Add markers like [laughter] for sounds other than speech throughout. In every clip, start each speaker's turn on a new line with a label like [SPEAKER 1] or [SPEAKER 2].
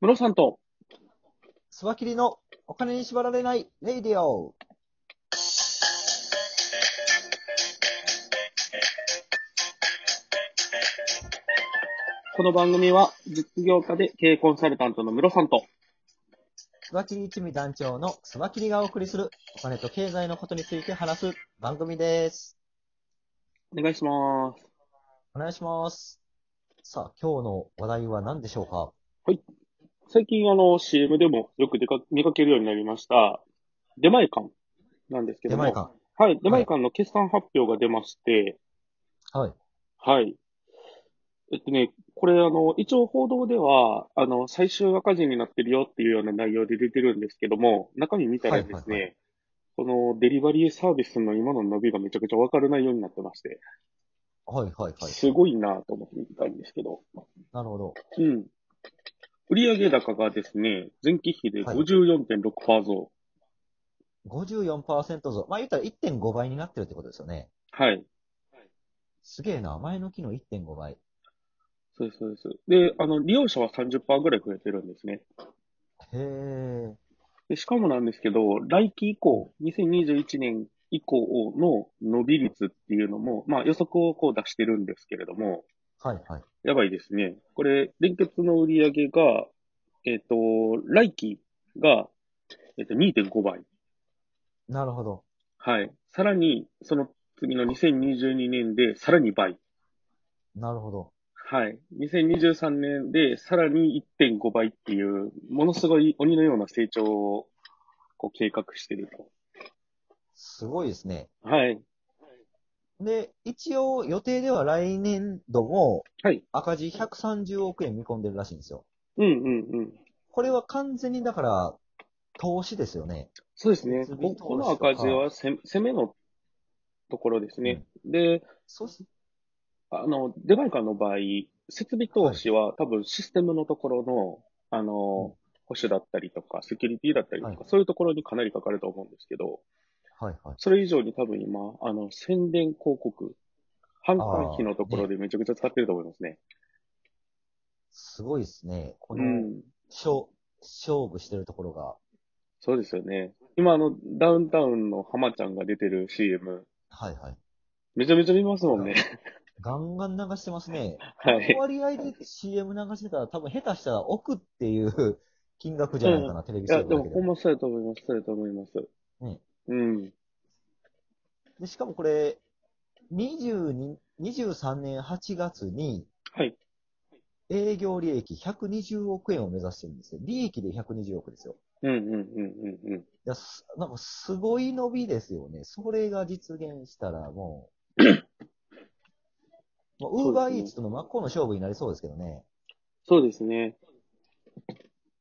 [SPEAKER 1] ムロさんと、
[SPEAKER 2] スワキリのお金に縛られないレイディオ。
[SPEAKER 1] この番組は実業家で経営コンサルタントのムロさんと、
[SPEAKER 2] スワキリ一味団長のスワキリがお送りするお金と経済のことについて話す番組です。
[SPEAKER 1] お願いします。
[SPEAKER 2] お願いします。さあ、今日の話題は何でしょうか
[SPEAKER 1] 最近あの CM でもよく出か見かけるようになりました、出前館なんですけ
[SPEAKER 2] 出
[SPEAKER 1] ども。
[SPEAKER 2] 前館。
[SPEAKER 1] はい、出前館の決算発表が出まして、
[SPEAKER 2] はい。
[SPEAKER 1] はい。えっとね、これあの、一応報道では、あの、最終赤字になってるよっていうような内容で出てるんですけども、中身見たらです
[SPEAKER 2] はいはい
[SPEAKER 1] ね、このデリバリーサービスの今の伸びがめちゃくちゃわからないようになってまして、
[SPEAKER 2] はいはいはい。
[SPEAKER 1] すごいなぁと思って見てたんですけど。
[SPEAKER 2] なるほど。
[SPEAKER 1] うん。売上高がですね、前期比で
[SPEAKER 2] はい
[SPEAKER 1] 54.6%増。
[SPEAKER 2] 54%増。まあ言ったら1.5倍になってるってことですよね。
[SPEAKER 1] はい。
[SPEAKER 2] すげえな。前の期の1.5倍。
[SPEAKER 1] そうです、そうです。で、あの、利用者は30%ぐらい増えてるんですね。
[SPEAKER 2] へえ。
[SPEAKER 1] で、しかもなんですけど、来期以降、2021年以降の伸び率っていうのも、まあ予測をこう出してるんですけれども、
[SPEAKER 2] はいはい。
[SPEAKER 1] やばいですね。これ、連結の売上が、えっと、来期が、えっと、2.5倍。
[SPEAKER 2] なるほど。
[SPEAKER 1] はい。さらに、その次の2022年でさらに倍。
[SPEAKER 2] なるほど。
[SPEAKER 1] はい。2023年でさらに1.5倍っていう、ものすごい鬼のような成長をこう計画してると。
[SPEAKER 2] すごいですね。
[SPEAKER 1] はい。
[SPEAKER 2] で、一応予定では来年度も
[SPEAKER 1] はい。
[SPEAKER 2] 赤字130億円見込んでるらしいんですよ。
[SPEAKER 1] うんうんうん。
[SPEAKER 2] これは完全にだから、投資ですよね。
[SPEAKER 1] そうですね。
[SPEAKER 2] 設
[SPEAKER 1] こ
[SPEAKER 2] 備
[SPEAKER 1] こ
[SPEAKER 2] 投
[SPEAKER 1] の
[SPEAKER 2] 資とか
[SPEAKER 1] 赤字はせ攻めのところですね。で、
[SPEAKER 2] そうす。
[SPEAKER 1] あの、デバイカーの場合、設備投資は多分システムのところの、あの、
[SPEAKER 2] うん
[SPEAKER 1] 保守だったりとか、セキュリティだったりとか、
[SPEAKER 2] はい
[SPEAKER 1] そういうところにかなりかかると思うんですけど、
[SPEAKER 2] はいはい。
[SPEAKER 1] それ以上に多分今、あの、宣伝広告、販管費のところでめちゃくちゃ使ってると思いますね。
[SPEAKER 2] すごいですね。こ
[SPEAKER 1] う
[SPEAKER 2] の、
[SPEAKER 1] ん。
[SPEAKER 2] 勝、勝負してるところが。
[SPEAKER 1] そうですよね。今、あの、ダウンタウンの浜ちゃんが出てる CM、
[SPEAKER 2] はいはい。
[SPEAKER 1] めちゃめちゃ見ますもんね。
[SPEAKER 2] ガンガン流してますね。
[SPEAKER 1] [laughs] は
[SPEAKER 2] こ
[SPEAKER 1] い
[SPEAKER 2] の。割合で CM 流してたら多分下手したら億っていう金額じゃないかな、テレビ
[SPEAKER 1] い
[SPEAKER 2] ショ
[SPEAKER 1] や、
[SPEAKER 2] ッ
[SPEAKER 1] でも、
[SPEAKER 2] だけ
[SPEAKER 1] ほんまそうやと思います。そうやと思います。
[SPEAKER 2] ね
[SPEAKER 1] うん。
[SPEAKER 2] で。しかもこれ、22 23年8月に、
[SPEAKER 1] はい。
[SPEAKER 2] 営業利益120億円を目指してるんですよ。利益で120億ですよ。
[SPEAKER 1] うんうんうんうんうん。
[SPEAKER 2] いや、すなんかすごい伸びですよね。それが実現したらも
[SPEAKER 1] [coughs]
[SPEAKER 2] う、ウー
[SPEAKER 1] そ
[SPEAKER 2] バ
[SPEAKER 1] う
[SPEAKER 2] ー
[SPEAKER 1] です
[SPEAKER 2] イ
[SPEAKER 1] ね
[SPEAKER 2] ーツとの真っ向の勝負になりそうですけどね。
[SPEAKER 1] そうですね。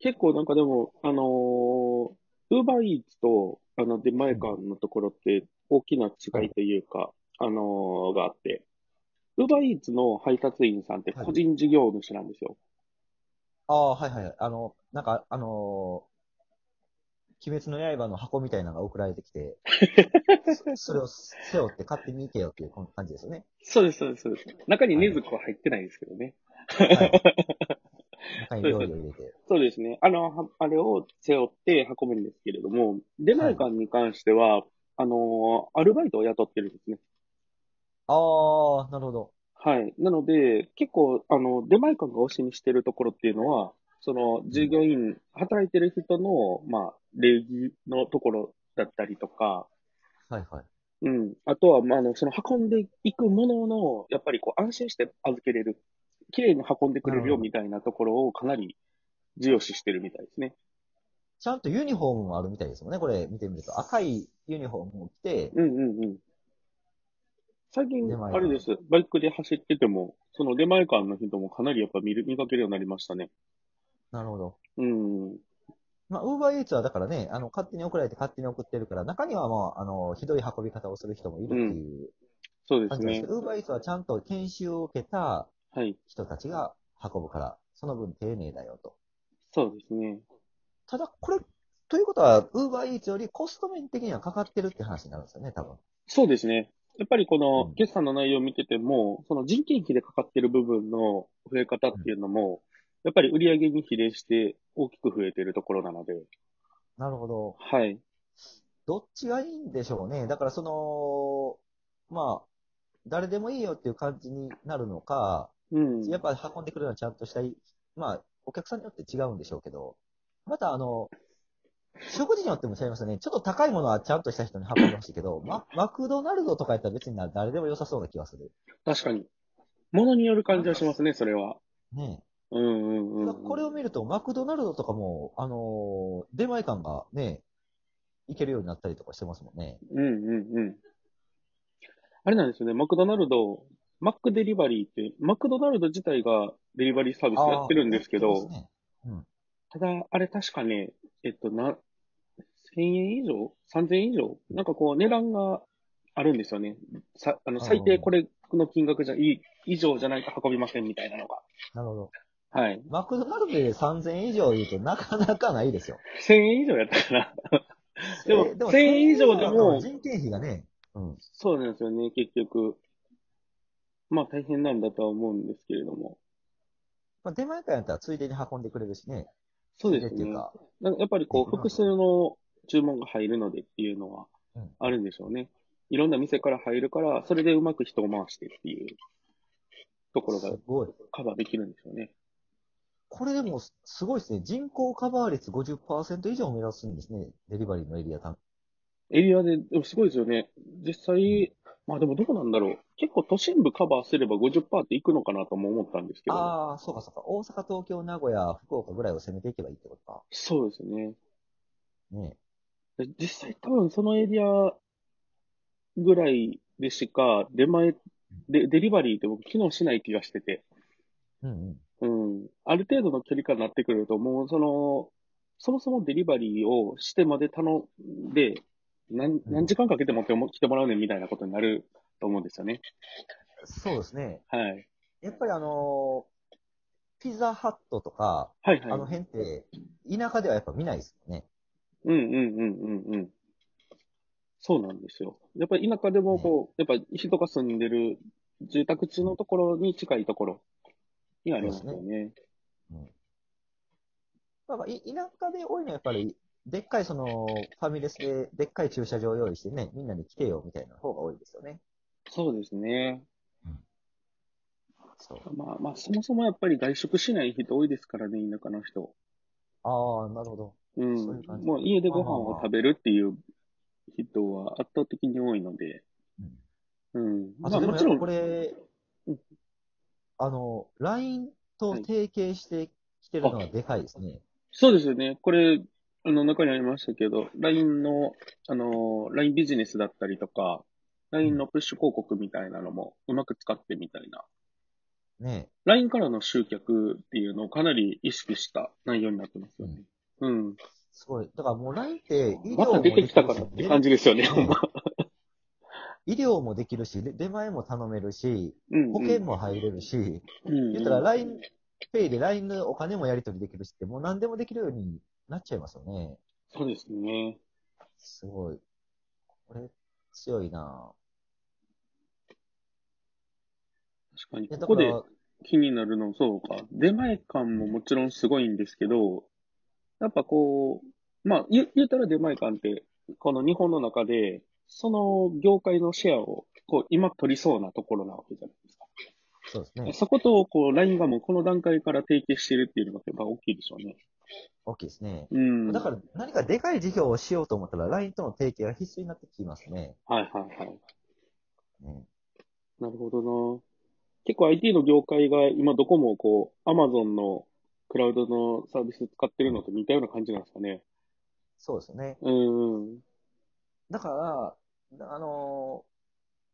[SPEAKER 1] 結構なんかでも、あのウーバーイーツと、あの、出前館のところって大きな違いというか、あのーがあって、ウーバーイーツの配達員さんって
[SPEAKER 2] はい
[SPEAKER 1] 個人事業主なんですよ。
[SPEAKER 2] ああ、はいはい。あの、なんか、あのー鬼滅の刃の箱みたいなのが送られてき
[SPEAKER 1] [laughs]
[SPEAKER 2] て、そそれを背負って勝手に行けよっていうこん感じですよね。
[SPEAKER 1] そうです、そうです、そうです。中に禰豆子は入ってないですけどね。
[SPEAKER 2] はい、中に料理を入れて。
[SPEAKER 1] そうですね。あの、はあれを背負って運ぶんですけれども、出前館に関しては、あのーアルバイトを雇ってるんですね。
[SPEAKER 2] ああ、なるほど。
[SPEAKER 1] はい。なので、結構、あの、出前館が推しにしてるところっていうのは、その、従業員、働いてる人の、まあ、礼儀のところだったりとか、
[SPEAKER 2] はいはい。
[SPEAKER 1] うん。あとは、まあ、あの、その、運んでいくものの、やっぱりこう、安心して預けれる、綺麗に運んでくれるよ
[SPEAKER 2] うん
[SPEAKER 1] みたいなところをかなり重要視してるみたいですね。
[SPEAKER 2] ちゃんとユニフォームもあるみたいですもんね、これ見てみると。赤いユニフォームを着て、
[SPEAKER 1] うんうんうん。最近
[SPEAKER 2] 出、前
[SPEAKER 1] あ
[SPEAKER 2] 館
[SPEAKER 1] れです。バイクで走ってても、その出前館の人もかなりやっぱ見る、見かけるようになりましたね。
[SPEAKER 2] なるほど。
[SPEAKER 1] うん。
[SPEAKER 2] まあ、ウーバーイーツはだからね、あの、勝手に送られて勝手に送ってるから、中にはもう、あの、ひどい運び方をする人もいるっていう
[SPEAKER 1] そうで
[SPEAKER 2] 感
[SPEAKER 1] す
[SPEAKER 2] じなんです
[SPEAKER 1] ね
[SPEAKER 2] け。ど、ウーバーイーツはちゃんと研修を受けた
[SPEAKER 1] はい。
[SPEAKER 2] 人たちが運ぶから、その分丁寧だよと。
[SPEAKER 1] そうですね。
[SPEAKER 2] ただ、これ、ということは、ウーバーイーツよりコスト面的にはかかってるって話になるんですよね、多分。
[SPEAKER 1] そうですね。やっぱりこ
[SPEAKER 2] う
[SPEAKER 1] の
[SPEAKER 2] ん
[SPEAKER 1] 決算の内容を見てても、その人件費でかかってる部分の増え方っていうのも、やっぱり売り上げに比例して大きく増えてるところなので、
[SPEAKER 2] なるほど。
[SPEAKER 1] はい。
[SPEAKER 2] どっちがいいんでしょうね。だからその、まあ、誰でもいいよっていう感じになるのか、
[SPEAKER 1] うん。
[SPEAKER 2] やっぱ運んでくるのはちゃんとしたい、まあ、お客さんによって違うんでしょうけど、またあの、食事によっても違いますよね。ちょっと高いものはちゃんとした人に運んでほしいけど、ママクドナルドとかやったら別にな誰でも良さそうな気がする。
[SPEAKER 1] 確かに。ものによる感じはしますね、それは。
[SPEAKER 2] ね
[SPEAKER 1] うんうん
[SPEAKER 2] え
[SPEAKER 1] うんうん。
[SPEAKER 2] これを見ると、マクドナルドとかも、あのー出前感がね、いけるようになったりとかしてますもんね。
[SPEAKER 1] うんうんうん。あれなんですよね、マクドナルド、マックデリバリーって、マクドナルド自体がデリバリーサービスやってるんですけ
[SPEAKER 2] そう
[SPEAKER 1] ど、
[SPEAKER 2] ですね
[SPEAKER 1] ただ、あれ確かね、えっと、な、1000円以上 ?3000 円以上なんかこう、値段があるんですよね。さ、あの、
[SPEAKER 2] あー
[SPEAKER 1] 最低これの金額じゃ、い、以上じゃないと運びませんみたいなのが。
[SPEAKER 2] なるほど。
[SPEAKER 1] はい。
[SPEAKER 2] マクドナルドで3000円以上言うとなかなかないですよ。
[SPEAKER 1] 1000円以上やったかな。 [laughs] でも
[SPEAKER 2] えー
[SPEAKER 1] 1000円以上でも
[SPEAKER 2] 1000円以上だと人件費がね、うん。
[SPEAKER 1] そうなんですよね、結局。まあ大変なんだとは思うんですけれども。
[SPEAKER 2] まあ、出前館やったらついでに運んでくれるしね。
[SPEAKER 1] そうです
[SPEAKER 2] ついってい
[SPEAKER 1] ね
[SPEAKER 2] う。か、
[SPEAKER 1] なんかやっぱりこう、複数の注文が入るのでっていうのは
[SPEAKER 2] うん
[SPEAKER 1] あるんでしょうね。いろんな店から入るから、それでうまく人を回してっていうところが
[SPEAKER 2] すごい。
[SPEAKER 1] カバーできるんでしょうね。
[SPEAKER 2] これでもすすごいですね。人口カバー率50%以上を目指すんですね。デリバリーのエリア単。
[SPEAKER 1] エリアで、でもすごいですよね。実際、まあでもどうなんだろう。結構都心部カバーすれば50%っていくのかなとも思ったんですけど。
[SPEAKER 2] ああ、そうかそうか。大阪、東京、名古屋、福岡ぐらいを攻めていけばいいってことか。
[SPEAKER 1] そうですね。
[SPEAKER 2] ね
[SPEAKER 1] で実際多分そのエリアぐらいでしか出前、でデリバリーって僕機能しない気がしてて。
[SPEAKER 2] え。うんうん。
[SPEAKER 1] うん。ある程度の距離感になってくると、もうその、そもそもデリバリーをしてまで頼んで、何、何時間かけてもっても来てもらうねんみたいなことになると思うんですよね。
[SPEAKER 2] そうですね。
[SPEAKER 1] はい。
[SPEAKER 2] やっぱりあのーピザハットとか、
[SPEAKER 1] はい
[SPEAKER 2] あの
[SPEAKER 1] はい。
[SPEAKER 2] 辺って、田舎ではやっぱ見ないですよね。
[SPEAKER 1] うんうんうんうんうん。そうなんですよ。やっぱり田舎でもこう、やっぱ人が住んでる住宅地のところに近いところにありますよね。
[SPEAKER 2] まあまあ、い田舎で多いのはやっぱり、でっかいその、ファミレスで、でっかい駐車場を用意してね、みんなに来てよみたいな方が多いですよね。
[SPEAKER 1] そうですね。
[SPEAKER 2] そう。
[SPEAKER 1] まあまあ、そもそもやっぱり外食しない人多いですからね、田舎の人。
[SPEAKER 2] ああ、なるほど。
[SPEAKER 1] うん
[SPEAKER 2] そういう感じ
[SPEAKER 1] もう家でご飯を食べるっていう人は圧倒的に多いので。うん。ま
[SPEAKER 2] あと
[SPEAKER 1] あ
[SPEAKER 2] でも
[SPEAKER 1] も
[SPEAKER 2] や
[SPEAKER 1] ち
[SPEAKER 2] っ
[SPEAKER 1] ろ
[SPEAKER 2] ぱ
[SPEAKER 1] ん
[SPEAKER 2] こ、れ
[SPEAKER 1] うん、
[SPEAKER 2] あの、LINE と提携してきてるのはでかいですね。
[SPEAKER 1] そうですよね。これ、あの中にありましたけど、LINE の、あの、LINE ビジネスだったりとか、LINE のプッシュ広告みたいなのもうまく使ってみたいな。
[SPEAKER 2] ね
[SPEAKER 1] LINE からの集客っていうのをかなり意識した内容になってますよね。うん。
[SPEAKER 2] すごい。だからもう LINE って医療
[SPEAKER 1] また
[SPEAKER 2] も
[SPEAKER 1] 出
[SPEAKER 2] で
[SPEAKER 1] て
[SPEAKER 2] き
[SPEAKER 1] きたからって感
[SPEAKER 2] じ。
[SPEAKER 1] じですよね。
[SPEAKER 2] うん医療もできるし、で出前も頼めるし、
[SPEAKER 1] うん。
[SPEAKER 2] 保険も入れるし、
[SPEAKER 1] うんうん、
[SPEAKER 2] 言ったら LINE ペイで LINE のお金もやり取りできるしって、もう何でもできるようになっちゃいますよね。
[SPEAKER 1] そうですね。
[SPEAKER 2] すごい。これ、強いな
[SPEAKER 1] 確かに。
[SPEAKER 2] ぁ。
[SPEAKER 1] ここ
[SPEAKER 2] い
[SPEAKER 1] で
[SPEAKER 2] やだから
[SPEAKER 1] 気になるの、そうか。出前感ももちろんすごいんですけど、やっぱこう、まあ、言言ったら出前感って、この日本の中で、その業界のシェアを、こう、今取りそうなところなわけじゃないですか。
[SPEAKER 2] そうですね。
[SPEAKER 1] そこと、こう、LINE がもうこの段階から提携してるっていうのが、やっぱ大きいでしょうね。
[SPEAKER 2] 大きいですね。
[SPEAKER 1] うん。
[SPEAKER 2] だから、何かでかい事業をしようと思ったら、LINE との提携が必須になってきますね。
[SPEAKER 1] ら。はいはいはい。
[SPEAKER 2] うん
[SPEAKER 1] なるほどな。結構 IT の業界が今どこもこう、Amazon のクラウドのサービス使ってるのと似たような感じなんですかね。
[SPEAKER 2] そうですよね。
[SPEAKER 1] うんうん。
[SPEAKER 2] だから、あのー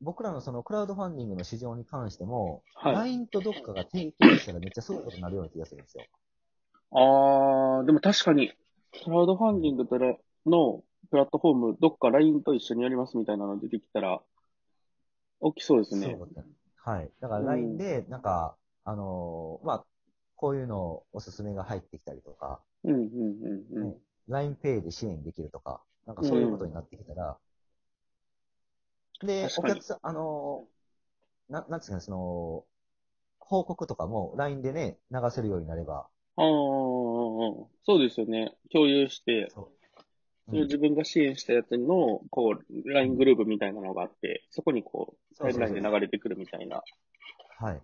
[SPEAKER 2] 僕らのそのクラウドファンディングの市場に関しても、
[SPEAKER 1] はい
[SPEAKER 2] LINE とどっかが提携したらめっちゃすごいことになるような気がするんですよ。
[SPEAKER 1] ああ、でも確かに、クラウドファンディングとらのプラットフォーム、どっか LINE と一緒にやりますみたいなの出てきたら、起きそうですね。
[SPEAKER 2] そうだねはい。だから
[SPEAKER 1] うん
[SPEAKER 2] LINE で、なんか、あのーまあ、こういうのおすすめが入ってきたりとか、
[SPEAKER 1] うんうんうんうん。
[SPEAKER 2] LINEPay で支援できるとか、なんかそういうことになってきたら、で、
[SPEAKER 1] 確
[SPEAKER 2] お
[SPEAKER 1] かに
[SPEAKER 2] 客さん、あのーな、なんつうかね、その、報告とかも LINE でね、流せるようになれば、
[SPEAKER 1] ああ、そうですよね。共有して、
[SPEAKER 2] そう。
[SPEAKER 1] それを
[SPEAKER 2] うん
[SPEAKER 1] 自分が支援したやつの、こう、LINE グループみたいなのがあって、そこにこう、
[SPEAKER 2] そう
[SPEAKER 1] タイ
[SPEAKER 2] そうそう
[SPEAKER 1] ムラインで流れてくるみたいな。
[SPEAKER 2] はい。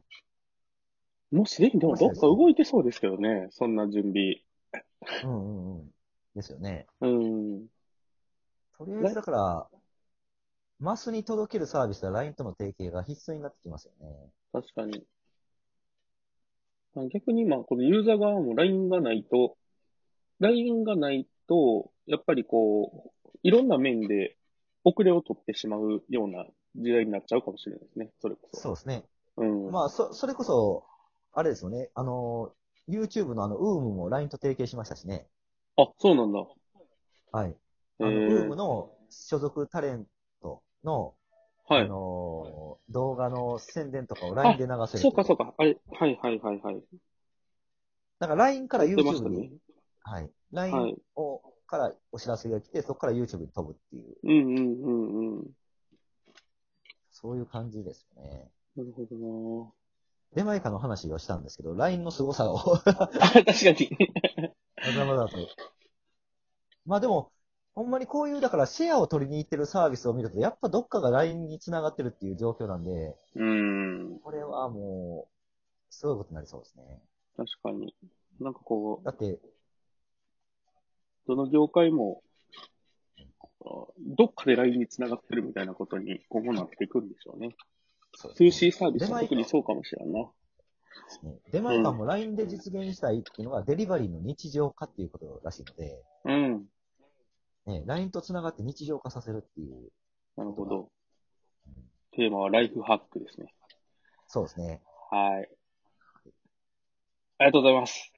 [SPEAKER 1] もうすでにでもどっか動いてそうですけどね、そんな準備。
[SPEAKER 2] うんうんうん。ですよね。
[SPEAKER 1] うん。
[SPEAKER 2] とりあえずだから、マスに届けるサービスは LINE との提携が必須になってきますよね。
[SPEAKER 1] 確かに。まあ逆に今、このユーザー側も LINE がないと、LINE がないと、やっぱりこう、いろんな面で遅れを取ってしまうような時代になっちゃうかもしれないですね、それこそ。
[SPEAKER 2] そうですね。
[SPEAKER 1] うん。
[SPEAKER 2] まあ、そ、それこそ、あれですよね。あの、YouTube のあの、ウームも LINE と提携しましたしね。
[SPEAKER 1] あ、そうなんだ。
[SPEAKER 2] はい。あ
[SPEAKER 1] え
[SPEAKER 2] の、ウーム
[SPEAKER 1] ー、
[SPEAKER 2] の所属タレントの、
[SPEAKER 1] は
[SPEAKER 2] あ
[SPEAKER 1] い。
[SPEAKER 2] の、動画の宣伝とかを LINE で流せる。
[SPEAKER 1] そうかそう
[SPEAKER 2] か。
[SPEAKER 1] か。あれ、はいはいはいはい。
[SPEAKER 2] だから LINE から
[SPEAKER 1] 出ました
[SPEAKER 2] YouTube に、
[SPEAKER 1] ね。
[SPEAKER 2] はい。
[SPEAKER 1] は
[SPEAKER 2] LINE
[SPEAKER 1] い。
[SPEAKER 2] を、からお知らせが来て、そこから YouTube に飛ぶっていう、
[SPEAKER 1] うんうんうんうん。
[SPEAKER 2] そういう感じですよね。
[SPEAKER 1] なるほどな
[SPEAKER 2] 出前かの話をしたんですけど、LINE の凄さを、 [laughs] わ
[SPEAKER 1] あ、 [laughs] 確かに。
[SPEAKER 2] ざわざと。まあでも、ほんまにこういう、だからシェアを取りに行ってるサービスを見ると、やっぱどっかが LINE に繋がってるっていう状況なんで、
[SPEAKER 1] うん。
[SPEAKER 2] これはもう、すごいことになりそうですね。
[SPEAKER 1] 確かに。なんかこう、
[SPEAKER 2] だって、
[SPEAKER 1] どの業界も、あどっかで LINE に繋がってるみたいなことに今後なっていくんでしょうね。
[SPEAKER 2] そうですね
[SPEAKER 1] 通信サービスは特にそうかもしれんな。
[SPEAKER 2] ね出前館も LINE で実現したいっていうのがデリバリーの日常化っていうことらしいので、
[SPEAKER 1] うん。
[SPEAKER 2] ね、LINE と繋がって日常化させるっていう、
[SPEAKER 1] なるほど。テーマはライフハックですね。
[SPEAKER 2] そうですね。
[SPEAKER 1] はい。ありがとうございます。